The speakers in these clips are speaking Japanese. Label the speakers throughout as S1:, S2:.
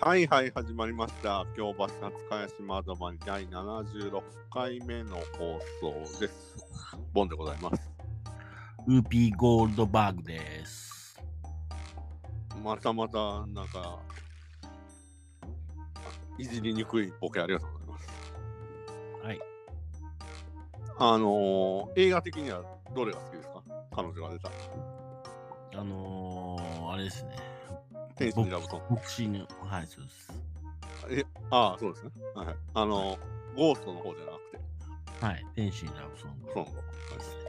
S1: はいはい、始まりました。京橋初茅島泊まり第76回目の放送です。ボンでございます。
S2: ウーピーゴールドバーグです。
S1: またまた、なんか、いじりにくいボケありがとうございます。
S2: はい。
S1: あのー映画的にはどれが好きですか彼女が出た。
S2: あのー、あれですね。
S1: 天使にラブソング。
S2: ボクシング、はい、そうです。
S1: ああ、そうですね。はい。あのーゴーストの方じゃなくて、
S2: はい、天使にラブソング
S1: ソング。
S2: ですね。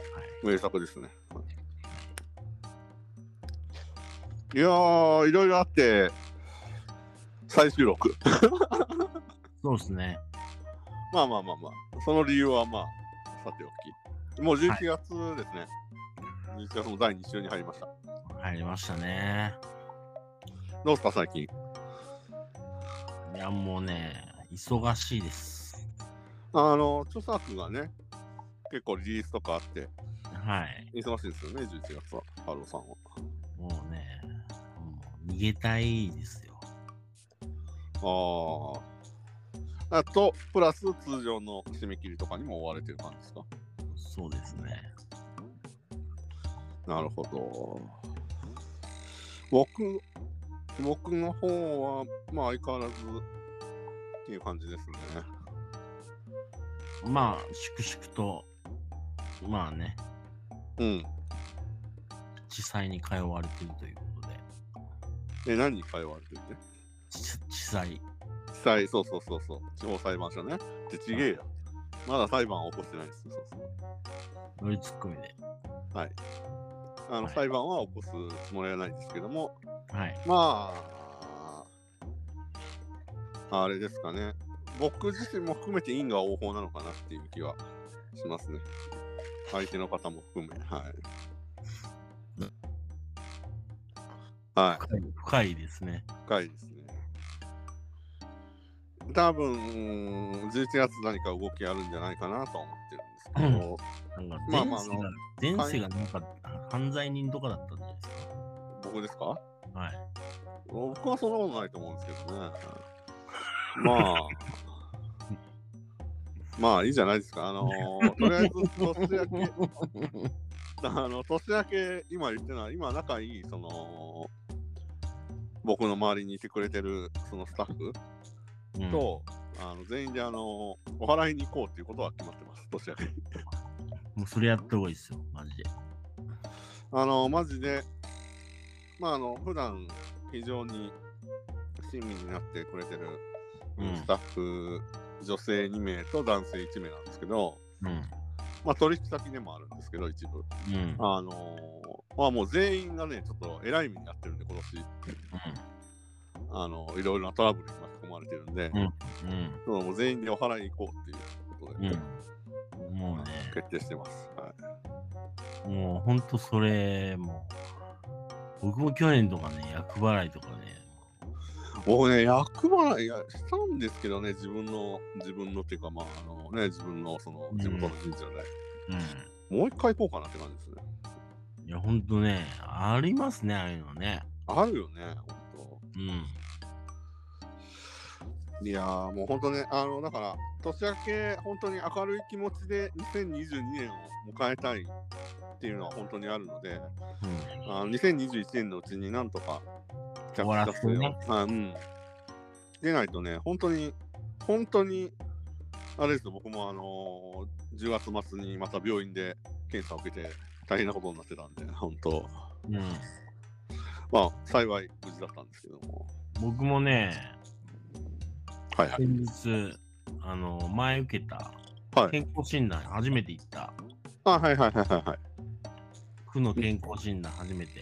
S1: 名作ですね。いやー、いろいろあって、再収録。
S2: はい、そうですね。
S1: まあまあまあまあ、その理由はまあ、さておき。もう11月ですね。11月も第2週に入りました。
S2: 入りましたね。
S1: どうですか、最近。
S2: いや、もうね、忙しいです。
S1: あの、著作がね、結構リリースとかあって、
S2: はい。
S1: 忙しいですよね、11月は、ハローさんは。
S2: もうね、もう逃げたいですよ。
S1: ああ。あと、プラス通常の締め切りとかにも追われてる感じですか
S2: そうですね。
S1: なるほど。僕、僕の方は、まあ相変わらずっていう感じですね。
S2: まあ、粛々と、まあね、
S1: うん。
S2: 地裁に通われてるということで、
S1: え、何に通われてるね
S2: 地地裁、
S1: 地裁、そうそうそうそう。地方裁判所ね。ってちげえや。まだ裁判は起こしてないです。そうそう。
S2: 乗りツッコミで。
S1: はい。あの、
S2: はい
S1: 裁判は起こすつもりはないですけども、
S2: はい。
S1: まあ、あれですかね。僕自身も含めて因果応報なのかなっていう気はしますね。相手の方も含め。はい。
S2: うん
S1: は
S2: 深い深いですね。
S1: い、深いですね。多分、11月何か動きあるんじゃないかなと思ってるんですけど、
S2: なんか
S1: まあ
S2: 前世が、
S1: まああの
S2: 前世がなんか犯罪人とかだったんじゃないです
S1: 僕ですか
S2: か。はい。
S1: 僕はそんなことないと思うんですけどね。まあ、まあいいじゃないですか。あのーとりあえず年明け、あの年明け、今言ってるのは、今仲いい、その、僕の周りにいてくれてるそのスタッフ
S2: うん、
S1: と、あの全員であのお払いに行こうっていうことは決まってます、 年明け。
S2: もうそれやった方がいいですよ、マジで。
S1: あのマジで、まああの、普段非常に親身になってくれてる
S2: うん
S1: スタッフ、女性2名と男性1名なんですけど、
S2: う
S1: まあ、取引先でもあるんですけど、一部。
S2: ん。うん。
S1: あのーまあ、もう全員がね、ちょっと偉い目になってるんで、今年、あのいろいろなトラブルに巻き込まれてるんで、
S2: うん。
S1: そうもう全員でお払いに行こうっていうこと
S2: う
S1: で、
S2: ん。もうね、
S1: 決定してます。はい、
S2: もうほんとそれ、もう、僕も去年とかね、厄払いとかね、
S1: 僕ね、役払いやしたんですけどね、自分の、自分のっていうか、まあ、あのね、自分の、その、地元の神社で、
S2: う
S1: もう一回行こうかなって感じですね。
S2: ん。いや、ほんとね、ありますね、ああいうのね。
S1: あるよね、本当。
S2: うん。
S1: いやーもう本当ね、あのだから、年明け、本当に明るい気持ちで2022年を迎えたいっていうのは本当にあるので、
S2: うん。
S1: あの2021年のうちになんとか
S2: 終わらせてね
S1: 着はいうん。出ないとね、本当に、本当に、あれですよ、僕もあのー10月末にまた病院で検査を受けて大変なことになってたんで、本当、
S2: うん、
S1: まあ、幸い無事だったんですけども。
S2: 僕もね、
S1: はいはい。
S2: 先日、あの、前受けた
S1: はい、
S2: 健康診断、初めて行った。
S1: あはいはいはいはいはい。
S2: 区の健康診断初めて。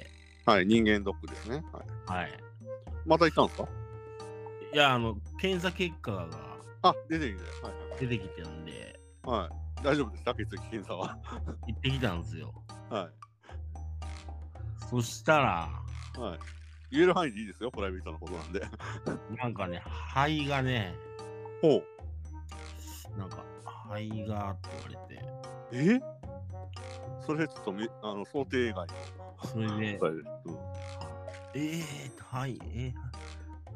S1: はい、人間ドックですね。はい
S2: はい。
S1: また行ったんですか
S2: いや、あの、検査結果が
S1: あ、出てきて。はいはい
S2: 出てきてるんで、
S1: はい。はい、大丈夫ですか血液検査は。
S2: 行ってきたんですよ。
S1: は
S2: そしたら、
S1: い。はい。言える範囲でいいですよ、プライベートのことなんで。
S2: なんかね、肺がね、
S1: ほう。
S2: なんか、肺がって言われ
S1: え
S2: て、
S1: それちょっとみあの想定外の
S2: それで、
S1: 答えです。うん
S2: えー、はい、えー、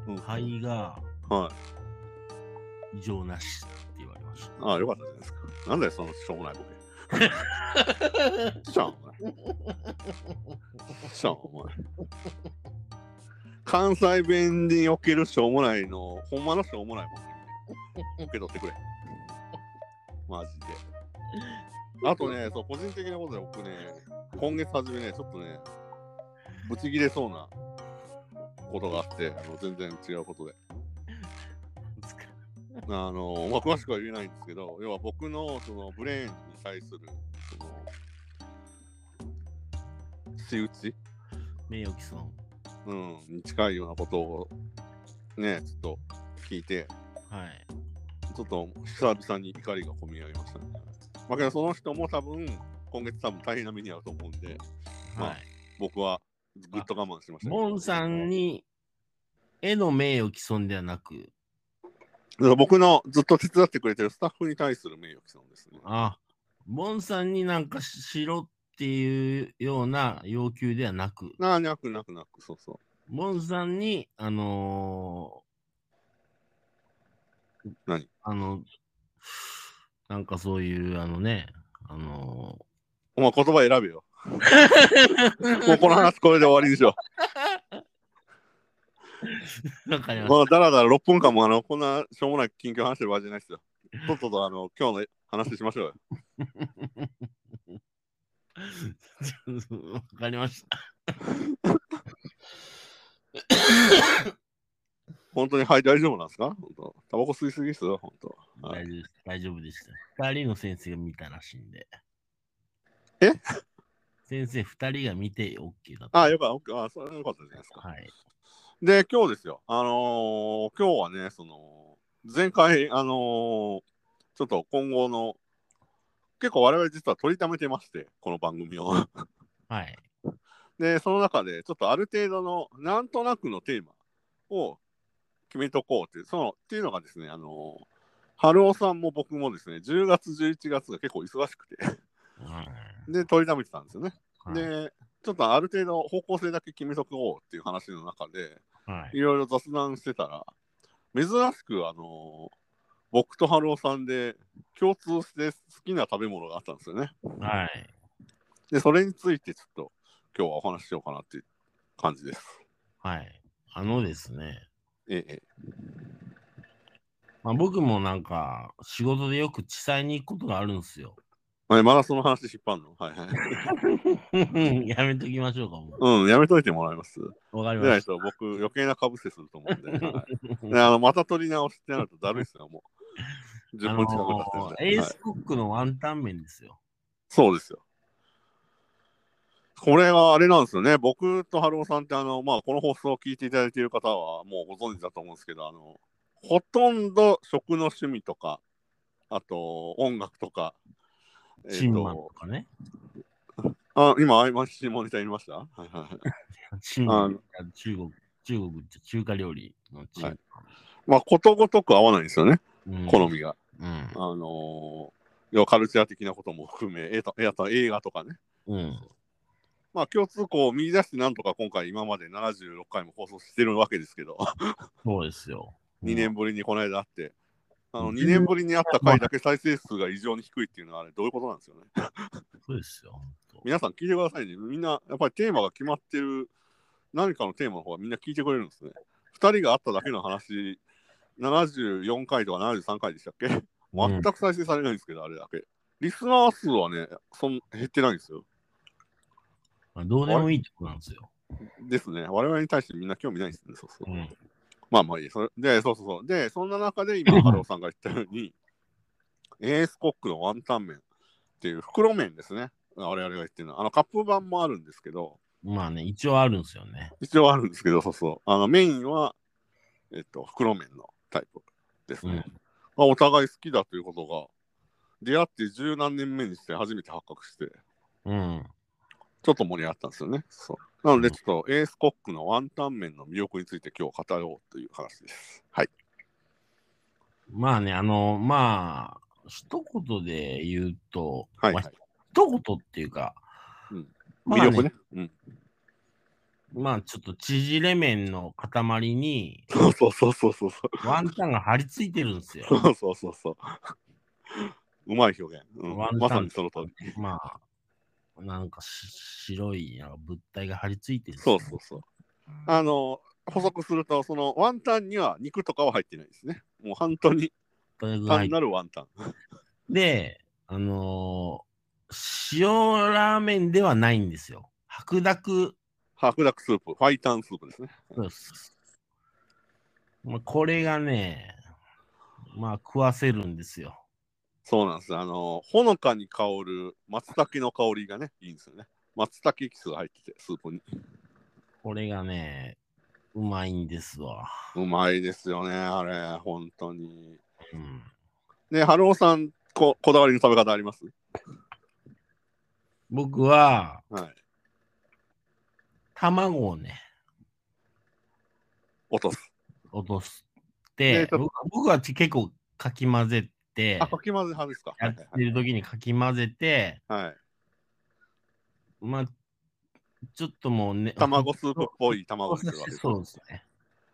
S1: うん
S2: 肺が
S1: は
S2: 異常なしって言われまし
S1: ああ、よかったじゃないですか。なんだよ、そのしょうもないボケ。しゃん、お前。しゃん、お前。関西弁におけるしょうもないの、ほんまのしょうもないもん。受け取ってくれ。マジで。あとね、そう、個人的なことで僕ね、今月初めね、ちょっとね、ブチ切れそうなことがあって、あの全然違うことで。
S2: た。
S1: あのまあ、詳しくは言えないんですけど、要は僕のそのブレーンに対するその仕打ち、
S2: 名誉毀損。
S1: うん、に近いようなことをね、ちょっと聞いて、
S2: はい。
S1: ちょっと久々に怒りが込み上げましたね。まあ、けどその人も多分今月多分大変な目に遭うと思うんで、まあ
S2: はい。
S1: 僕はぐっと我慢しましたけど。
S2: ボンさんに、への名誉毀損ではなく、
S1: だから僕のずっと手伝ってくれてるスタッフに対する名誉毀損ですね。
S2: あ、ボンさんになんかししろっていうような要求ではなく、
S1: なあ、なくなくなく、そうそう。
S2: ボンさんに、あのー
S1: 何
S2: あの、なんかそういう、あのね、あの
S1: お前言葉選べよ。
S2: ー、
S1: もうこの話これで終わりでしょ。
S2: わかりまし
S1: まあ、だらだら6分間もあのこんなしょうもない緊急話してる場合じゃないですよ。とっととあの今日の話しましょうよ。
S2: た。わかりました。
S1: 本当に、はい、大丈夫なんですか本当タバコ吸いすぎですよ、本当。はい
S2: 大丈夫です大丈夫でした。二人の先生が見たらしいんで。
S1: え
S2: 先生二人が見て OK だった。
S1: ああ、よかった、あそれはよかったじゃないですか。
S2: はい。
S1: で、今日ですよ。あのー今日はね、その、前回、あのーちょっと今後の、結構我々実は取りためてまして、この番組を。
S2: はい。
S1: で、その中で、ちょっとある程度の、なんとなくのテーマを決めとこうっていう、その、っていうのがですね、あの、春尾さんも僕もですね、10月、11月が結構忙しくて、
S2: はい
S1: で、取りためてたんですよね。
S2: はい
S1: で、ちょっとある程度方向性だけ決めとこうっていう話の中で、
S2: はい。
S1: いろいろ雑談してたら、珍しく、あの、僕と春尾さんで共通して好きな食べ物があったんですよね。
S2: はい。
S1: で、それについてちょっと今日はお話ししようかなっていう感じです。
S2: はい。あのですね、
S1: ええ。
S2: まあ、僕もなんか仕事でよく地裁に行くことがあるんですよ。
S1: はい、まだその話引っ張るのはいはい。
S2: やめときましょうかも
S1: うん、やめといてもらいます。
S2: う。わかり
S1: で
S2: ま
S1: ない
S2: した。
S1: と僕、余計なかぶせすると思うんで。 はい、であのまた取り直しってなるとだるいっすよ、もう。
S2: あ
S1: 10
S2: の
S1: 分近く経ってるん
S2: ー
S1: で、
S2: エー
S1: はい。
S2: スコックのワンタン麺ですよ。
S1: そうですよ。これはあれなんですよね。僕と春尾さんって、あの、まあ、この放送を聞いていただいている方は、もうご存知だと思うんですけど、あの、ほとんど食の趣味とか、あと、音楽とか、えっ、
S2: チンマンと
S1: と、
S2: かね。
S1: あ、今、アイマンシモニターいましたはいはいはい。
S2: チンマン中国、中国って中華料理のチンマン。
S1: はいまあ、ことごとく合わないんですよね、
S2: うん、
S1: 好みが。
S2: うん
S1: あのー、要はカルチャー的なことも含め、えとえあと映画とかね。
S2: うん。
S1: まあ、共通項を見出して、なんとか今回、今まで76回も放送してるわけですけど、
S2: そうですよ。
S1: 2年ぶりにこの間あって、あの
S2: うん
S1: 2年ぶりにあった回だけ再生数が異常に低いっていうのは、あれ、どういうことなんですよね。
S2: うんそうですよ。
S1: 皆さん聞いてくださいね。みんな、やっぱりテーマが決まってる、何かのテーマの方はみんな聞いてくれるんですね。2人があっただけの話、74回とか73回でしたっけ全く再生されないんですけど、あれだけ。リスナー数はね、そん減ってないんですよ。
S2: まあ、どうでもいいとこなんですよ。
S1: ですね。我々に対してみんな興味ないんですね。そうそう。
S2: うん。
S1: まあまあいい。それで、そうそうそう。で、そんな中で今、ハローさんが言ったように、エースコックのワンタン麺っていう袋麺ですね。我々が言ってるのは。あの、カップ版もあるんですけど、
S2: まあね、一応あるんですよね。
S1: 一応あるんですけど、そうそう。あのメインは、えっと、袋麺のタイプですね。
S2: うん
S1: まあ、お互い好きだということが、出会って十何年目にして初めて発覚して、
S2: うん。
S1: ちょっと盛り上がったんですよね。そうなの
S2: う
S1: で、
S2: ん
S1: ちょっとエースコックのワンタン麺の魅力について今日語ろうという話です。はい。
S2: まあね、あの、まあ、一言で言うと、
S1: はい、
S2: ま
S1: は
S2: あ
S1: い。
S2: 一言っていうか、
S1: うん
S2: まあ
S1: 魅力ね。うん。
S2: まあちょっと縮れ麺の塊に
S1: そうそうそうそうそうそ
S2: ワンタンが張り付いてるんですよ。
S1: うそうそうそう。うまい表現、うん
S2: ワンタン
S1: まさにその通り。
S2: まあ、なんかし白いなんか物体が張り付いてるんです
S1: そ
S2: よ
S1: うそうそう。あの、補足すると、そのワンタンには肉とかは入ってないですね。もう本当に
S2: それぐらい
S1: 単なるワンタン。
S2: で、あのー塩ラーメンではないんですよ。白濁
S1: 白濁スープ、ファイタンスープですね。
S2: です。まあ、これがね、まあ食わせるんですよ。
S1: そうなんです。あの、ほのかに香る松茸の香りがね、いいんですよね。松茸エキスが入ってて、スープに。
S2: これがね、うまいんですわ。
S1: うまいですよね、あれ、本当に。
S2: うん、
S1: ね、春尾さんこ、こだわりの食べ方あります
S2: 僕は、
S1: はい。
S2: 卵をね、
S1: 落とす。
S2: 落とし
S1: ね
S2: て
S1: ち、ょっ
S2: 僕僕はち結構かき混ぜて、
S1: あ、かき混ぜ派ですか。は
S2: や
S1: い
S2: っ。てる時にかき混ぜて、
S1: はいはい。
S2: まあ、ちょっともうね、
S1: 卵スープっぽい
S2: そ
S1: 卵
S2: う
S1: にするわけですね。
S2: そうですね。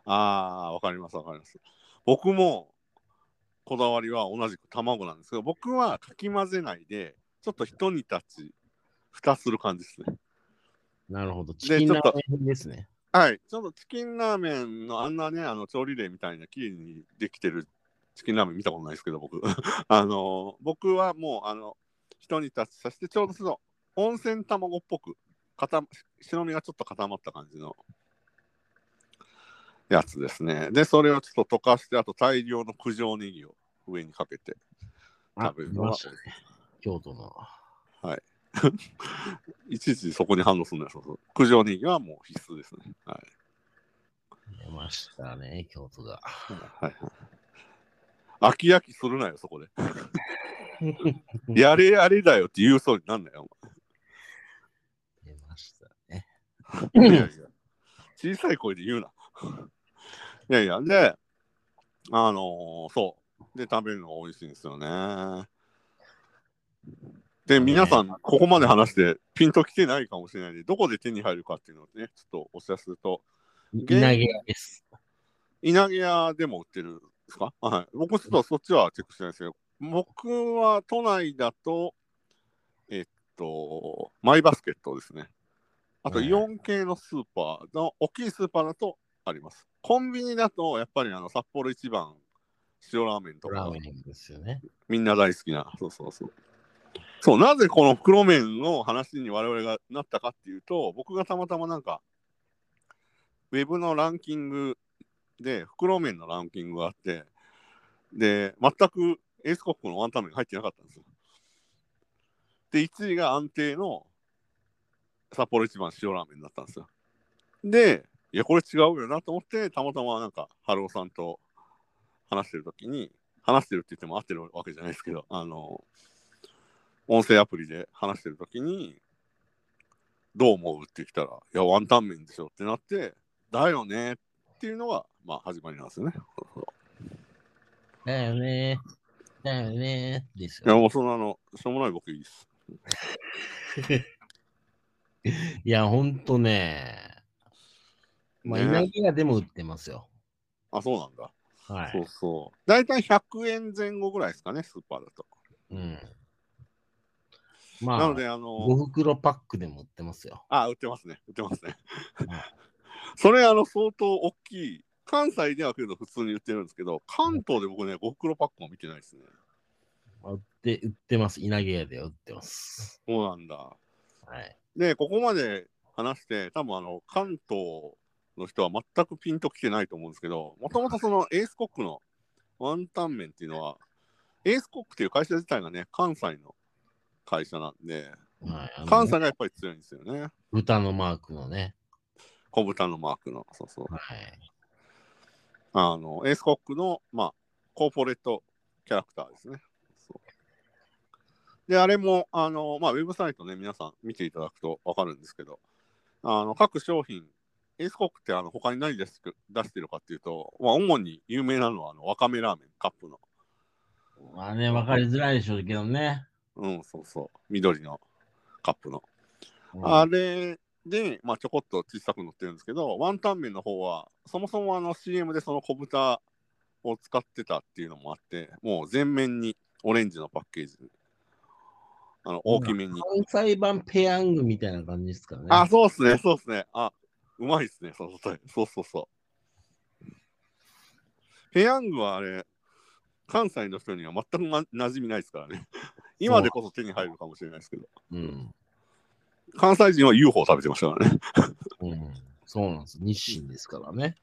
S1: ああ、わかります、わかります。僕もこだわりは同じく卵なんですけど、僕はかき混ぜないで、ちょっと一煮立ち、蓋する感じですね。
S2: なるほど。チキン
S1: ちょ
S2: ラ
S1: っと
S2: ーメンですね。
S1: はい、ちょっとチキンラーメンのあんなね、あの調理例みたいな綺麗にできてるチキンラーメン見たことないですけど、僕。 あのー僕はもう、あの、一煮立ちさせて、ちょうどその温泉卵っぽく、固ま白身がちょっと固まった感じのやつですね。で、それをちょっと溶かして、あと大量の九条ネギを上にかけて
S2: あ
S1: 食べる
S2: 出
S1: のが
S2: ましたね。京都の。
S1: いちいちそこに反応するのよ、そうそう。九条ネギはもう必須ですね。はい。
S2: 出ましたね、京都が。
S1: はいはい。飽き飽きするなよ、そこで。やれやれだよって言うそうになんなよ。
S2: 出ました。
S1: お前いやいや小さい声で言うな。 いやいや、で、あのーそう。で、食べるのが美味しいんですよね。で、皆さん、ここまで話して、ピンときてないかもしれないんで、どこで手に入るかっていうのをね、ちょっとお知らせすると、
S2: 稲毛屋です。
S1: 稲毛屋でも売ってるんですかはい。僕ちょっとそっちはチェックしてないですけど、僕は都内だと、えっと、マイバスケットですね。あと、
S2: うん
S1: イオン系のスーパーの、大きいスーパーだとあります。コンビニだと、やっぱりあの、札幌一番、塩ラーメンと
S2: ラ
S1: か
S2: ー、メンですよね。
S1: みんな大好きな、そうそうそう。そう、なぜこの袋麺の話に我々がなったかっていうと、僕がたまたまなんか、ウェブのランキングで袋麺のランキングがあって、で、全くエースコックのワンタン麺が入ってなかったんですよ。で、1位が安定の札幌一番塩ラーメンだったんですよ。で、いや、これ違うよなと思って、たまたまなんか、春尾さんと話してるときに、話してるって言っても合ってるわけじゃないですけど、あの、音声アプリで話してるときに、どう思うって来たら、いや、ワンタン麺でしょってなって、だよねっていうのが、まあ、始まりなんですよね。
S2: だよねだよねです
S1: いや、
S2: よ。
S1: もうそんなの、しょうもない僕いいです。
S2: いや、ほんとね。まあ、
S1: ね
S2: 稲毛屋でも売ってますよ。
S1: あ、そうなんだ。
S2: は
S1: そう
S2: い。
S1: そう。大体100円前後ぐらいですかね、スーパーだと。
S2: うん。まあ、
S1: なので、あの、
S2: 5袋パックでも売ってますよ。
S1: あ、売ってますね。売ってますね
S2: うん。
S1: それ、あの、相当大きい。関西ではけど普通に売ってるんですけど、関東で僕ね、5袋パックも見てないですね。
S2: 売って、売ってます。稲毛屋では売ってます。
S1: そうなんだ。
S2: はい。
S1: で、ここまで話して、多分あの、関東の人は全くピンときてないと思うんですけど、もともとそ のエースコックのワンタン麺っていうのは、エースコックっていう会社自体がね、関西の会社なんで、
S2: はい、あのね
S1: 関西がやっぱり強いんですよね。
S2: 豚のマークのね。
S1: 小豚のマークの、そうそう。
S2: はい。
S1: あの、エースコックの、まあ、コーポレートキャラクターですね。そうで、あれも、あの、まあ、ウェブサイトね、皆さん見ていただくとわかるんですけど、あの、各商品、エースコックって、あの、他に何出して出してるかっていうと、まあ、主に有名なのは、あの、わかめラーメン、カップの。
S2: まあね、わかりづらいでしょうけどね。
S1: うん、そうそう。緑のカップの。
S2: うん
S1: あれで、まあ、ちょこっと小さく載ってるんですけど、ワンタン麺の方は、そもそもあの CM でその小豚を使ってたっていうのもあって、もう全面にオレンジのパッケージにあの大きめに。
S2: 関西版ペヤングみたいな感じですかね。
S1: あ、そうっすね、そうっすね。あ、うまいっすね、そうそうそうそうそう。ペヤングはあれ、関西の人には全くな馴染みないですからね。今でこそ手に入るかもしれないですけど、
S2: うん。
S1: 関西人は UFO を食べてましたからね。
S2: うん。そうなんです。日清ですからね。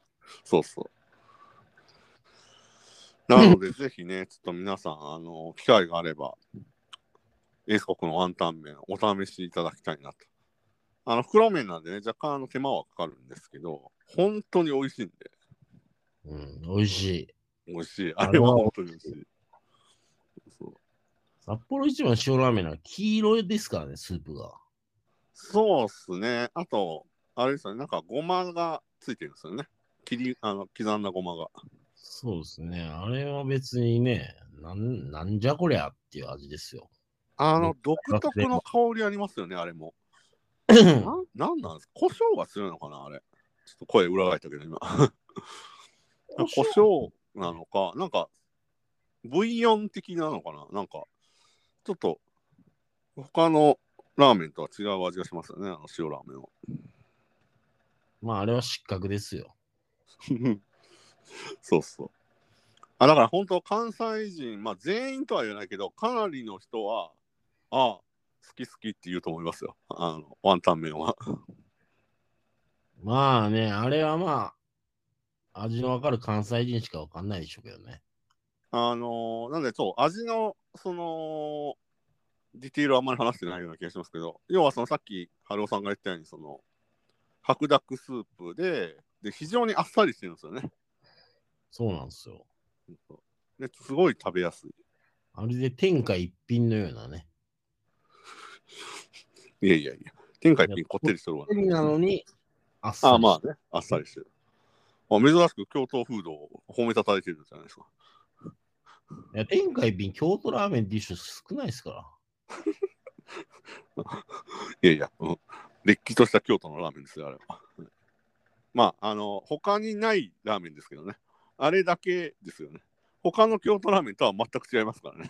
S1: そう そう。なので、ぜひね、ちょっと皆さん、あの、機会があれば、エース国のワンタン麺、お試しいただきたいなと。あの、袋麺なんでね、若干あの手間はかかるんですけど、本当に美味しいんで、
S2: うん。美味しい。
S1: 美味しい。あれは本当に美味しい。そう
S2: 札幌一番塩ラーメンは黄色ですからね、スープが。
S1: そうっすね。あと、あれですよね、なんかごまがついてるんですよね。切り、あの、刻んだごまが。
S2: そうですね。あれは別にね、なんなんじゃこりゃっていう味ですよ。
S1: あ
S2: う
S1: の
S2: ん、
S1: 独特の香りありますよね、あれも。なんなんなんですか胡椒が強いのかなあれ。ちょっと声裏返ったけど、今。 胡椒なのか、なんか、ブイヨン的なのかななんか、ちょっと、他のラーメンとは違う味がしますよね、あの塩ラーメンは。
S2: まああれは失格ですよ。
S1: そうそう。あだから本当、関西人、まあ全員とは言えないけど、かなりの人は、ああ、好き好きって言うと思いますよ。あの、ワンタン麺は。
S2: まあね、あれはまあ、味のわかる関西人しかわかんないでしょうけどね。
S1: あのーなんで、そう、味の、その、ディティールはあんまり話してないような気がしますけど、要はそのさっき、春尾さんが言ったように、その、白濁スープで、で、非常にあっさりしてるんですよね。
S2: そうなんですよ。
S1: ですごい食べやすい。
S2: あれで天下一品のようなね。
S1: いやいやいや、天下一品こってりしてるわ、ね。
S2: なのに、あっさり
S1: ああ、まあね、あっさりしてる。あ珍しく京都フードを褒めたたえてるじゃないですか。
S2: いや天下一品、京都ラーメンって一緒少ないですから。
S1: いやいや、うん、れっきとした京都のラーメンですよ、あれは。 まあ、あの、他にないラーメンですけどね。あれだけですよね。他の京都ラーメンとは全く違いますからね。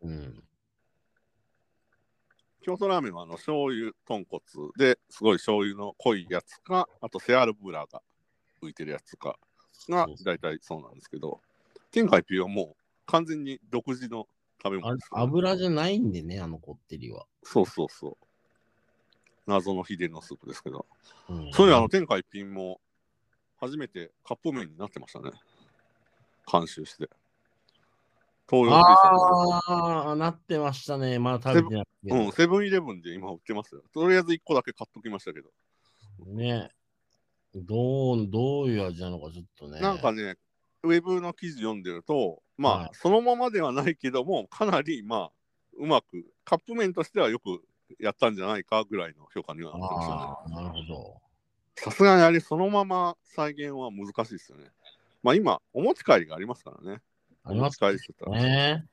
S2: うん。
S1: 京都ラーメンは、あの、醤油、豚骨で、すごい醤油の濃いやつか、あと、セアルブラが浮いてるやつかが
S2: そうそ、う
S1: 大体そうなんですけど、天下一品はもう完全に独自の食べ
S2: あ
S1: 物
S2: れ
S1: ですからね、
S2: 油じゃないんでね、あのこってりは。
S1: そうそうそう。謎の秘伝のスープですけど。
S2: うん
S1: そういうあの天下一品も初めてカップ麺になってましたね。監修して。東洋水産
S2: ああ、なってましたね。まだ食べてないけ
S1: の。うん、セブンイレブンで今売ってますよ。とりあえず1個だけ買っときましたけど。
S2: ど。ね。どう、どういう味なのかちょっとね。
S1: なんかね、ウェブの記事読んでると、まあ、
S2: はい
S1: そのままではないけども、かなり、まあ、うまく、カップ麺としてはよくやったんじゃないかぐらいの評価にはなってましたね。
S2: ああ、なるほど。
S1: さすがにあれ、そのまま再現は難しいですよね。まあ今、お持ち帰りがありますからね。
S2: あります
S1: お持ち帰りしてたら。
S2: ね。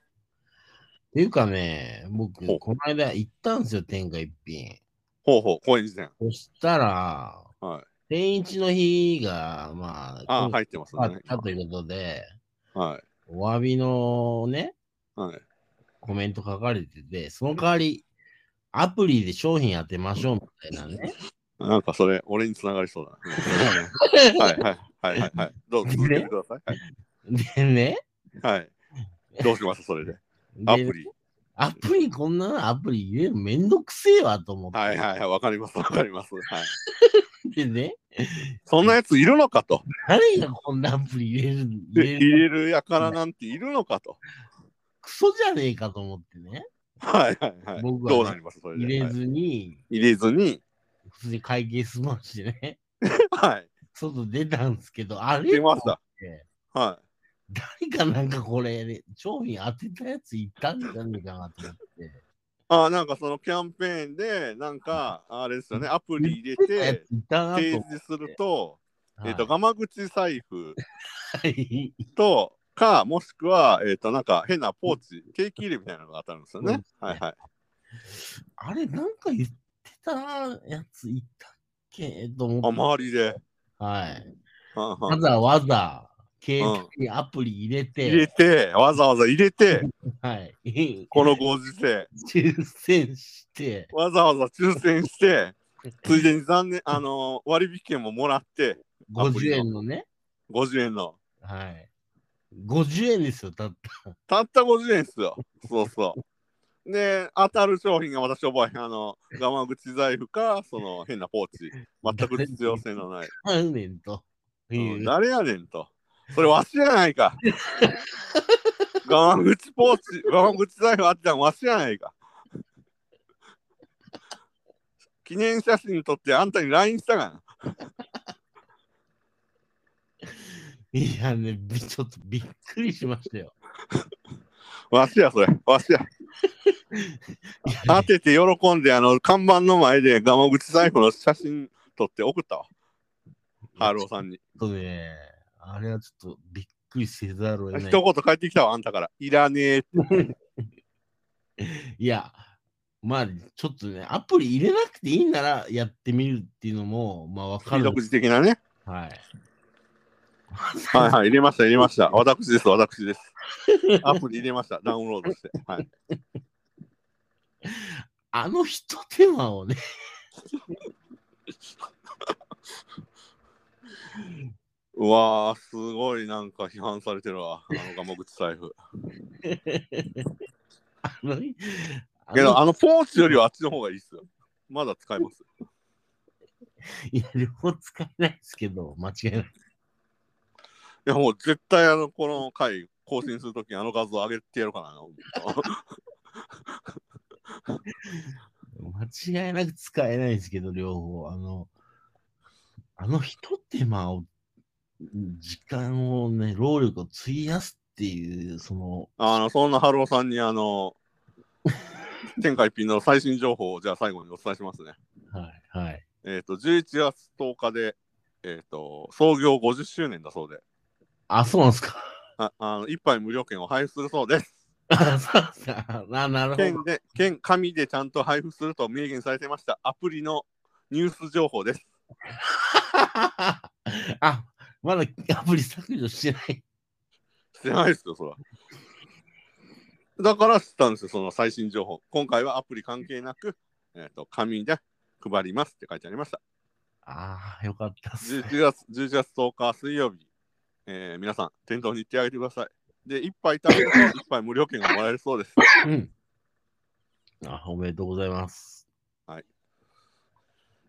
S2: っていうかね、僕、
S1: ほう
S2: この間行ったんですよ、天下一品。
S1: ほうほう、高円寺店。
S2: そしたら、
S1: はい
S2: 天一の日が、まあ、
S1: ああ、
S2: 今回
S1: 入ってます
S2: あ
S1: ね
S2: っ。たということで、
S1: は
S2: お詫びのね、
S1: い。はい。
S2: コメント書かれてて、その代わり、アプリで商品当てましょうみたい なね。
S1: なんかそれ、俺につながりそうだな。はいはいはいはいはい。どうぞ続けてください。
S2: でね、
S1: はい。はい、どうしますそれで。アプ
S2: で
S1: リ。
S2: アプリ、こんなのアプリ入れるのめんどくせえわと思って。
S1: はいはいはい。わかりますわかります。はい。
S2: でね、
S1: そんなやついるのかと。
S2: 誰がこんなアプリ入れる
S1: で
S2: 入れ
S1: 入
S2: る
S1: れるやからなんているのかと。
S2: クソじゃねえかと思ってね、
S1: はいはいはい。
S2: 僕はね
S1: どうなりますそれで。
S2: 入れ
S1: はい
S2: ずに、
S1: 入れずに。
S2: 普通に会計済ましてね、
S1: はい。
S2: 外出たんですけど、あれ
S1: 出ました。はい。
S2: 誰かなんかこれ、商品当てたやついたんじゃねえかなと思って。
S1: あなんかそのキャンペーンで、なんか、あれですよね、アプリ入れ
S2: やつ
S1: て、
S2: いたなと
S1: 提
S2: 思
S1: 示すると、えっ、と、
S2: は
S1: ガマ口財布
S2: い、
S1: と、か、もしくは、えっ、と、なんか変なポーチ、ケーキ入れみたいなのが当たるんですよね。
S2: うん
S1: はいはい。
S2: あれ、なんか言ってたやついたっけえと思
S1: あ、
S2: っ
S1: 周
S2: て、
S1: りで。
S2: はい。
S1: はんは
S2: わ
S1: ん
S2: ざわざ、携帯にアプリ入れ
S1: 入れ
S2: て、
S1: て、わざわざ入れて、
S2: はい。
S1: このご時世、
S2: 抽選して、
S1: わざわざ抽選して、ついでに残念、あのー割引券ももらって、アプリ
S2: 50
S1: の
S2: 円のね、
S1: 50円の。
S2: はい。50円ですよ、たっ
S1: た
S2: た。
S1: った50円っすよ。そうそう。で、当たる商品が私覚えへん、あの、我慢口財布か、その変なポーチ。全く必要性のない。
S2: 3年と。
S1: うん
S2: いう
S1: 誰やねんと。それわしやないか。我慢口ポーチ、我慢口財布あってたんわしやないか。記念写真撮ってあんたに LINE したがな。
S2: いやね、びちょっとびっくりしましたよ。
S1: わしやそれ、わしや。当てて喜んで、あの、看板の前で我慢口財布の写真撮って送ったわ。ハローさんに。
S2: ちょっとね、あれはちょっとびっくりせざるを得な
S1: 一
S2: い。
S1: 言返ってきたわ、あんたから。いらねえって。
S2: いや、まあちょっとね、アプリ入れなくていいならやってみるっていうのも、まあわか
S1: 既
S2: る。
S1: 読時的なね。
S2: はい。
S1: はいはい、入れました、入れました。私です、私 です。アプリ入れました、ダウンロードして。はい、
S2: あのひと手間をね。
S1: うわー、すごいなんか批判されてるわ、あのガマ口財布。
S2: あのあ
S1: け
S2: の
S1: ど、あのポーチよりはあっちの方がいいっすよ。まだ使えます。
S2: いや、両方使えないですけど、間違いない。
S1: いや、もう絶対あの、この回更新するときにあの画像上げてやるからな。 ほんと
S2: 間違いなく使えないですけど、両方。あの、あのひと手間を、時間をね、労力を費やすっていう、その、
S1: あの、そんなハローさんにあの、天下一品の最新情報をじゃあ最後にお伝えしますね。
S2: はい、はい。
S1: えっ、と、11月10日で、えっ、と、創業50周年だそうで、
S2: あ、そうなんですか。
S1: ああの一杯無料券を配布するそうです。
S2: あ、そうなんですか。あ、なるほ
S1: 県
S2: ど。
S1: で、県、紙でちゃんと配布すると明言されてました。アプリのニュース情報です。
S2: あ、まだアプリ削除してない。
S1: してないですよ、そら。だから知ったんですよ、その最新情報。今回はアプリ関係なく、えっ、と、紙で配りますって書いてありました。
S2: ああ、よかったっすね。
S1: 11月 ,11 月10日水曜日、えー皆さん、店頭に行ってあげてください。で、一杯食べると一杯無料券がもらえるそうです。
S2: うん。あ、おめでとうございます。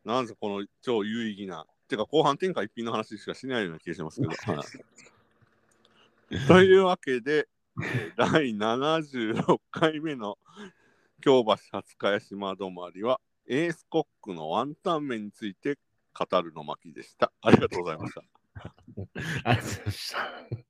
S1: なんせこの超有意義な。てか後半天下一品の話しかしないような気がしますけど。はいというわけで、えー第76回目の京橋廿日屋島泊まりは、エースコックのワンタン麺について語るの巻でした。ありがとうございました。
S2: ありがとうございました。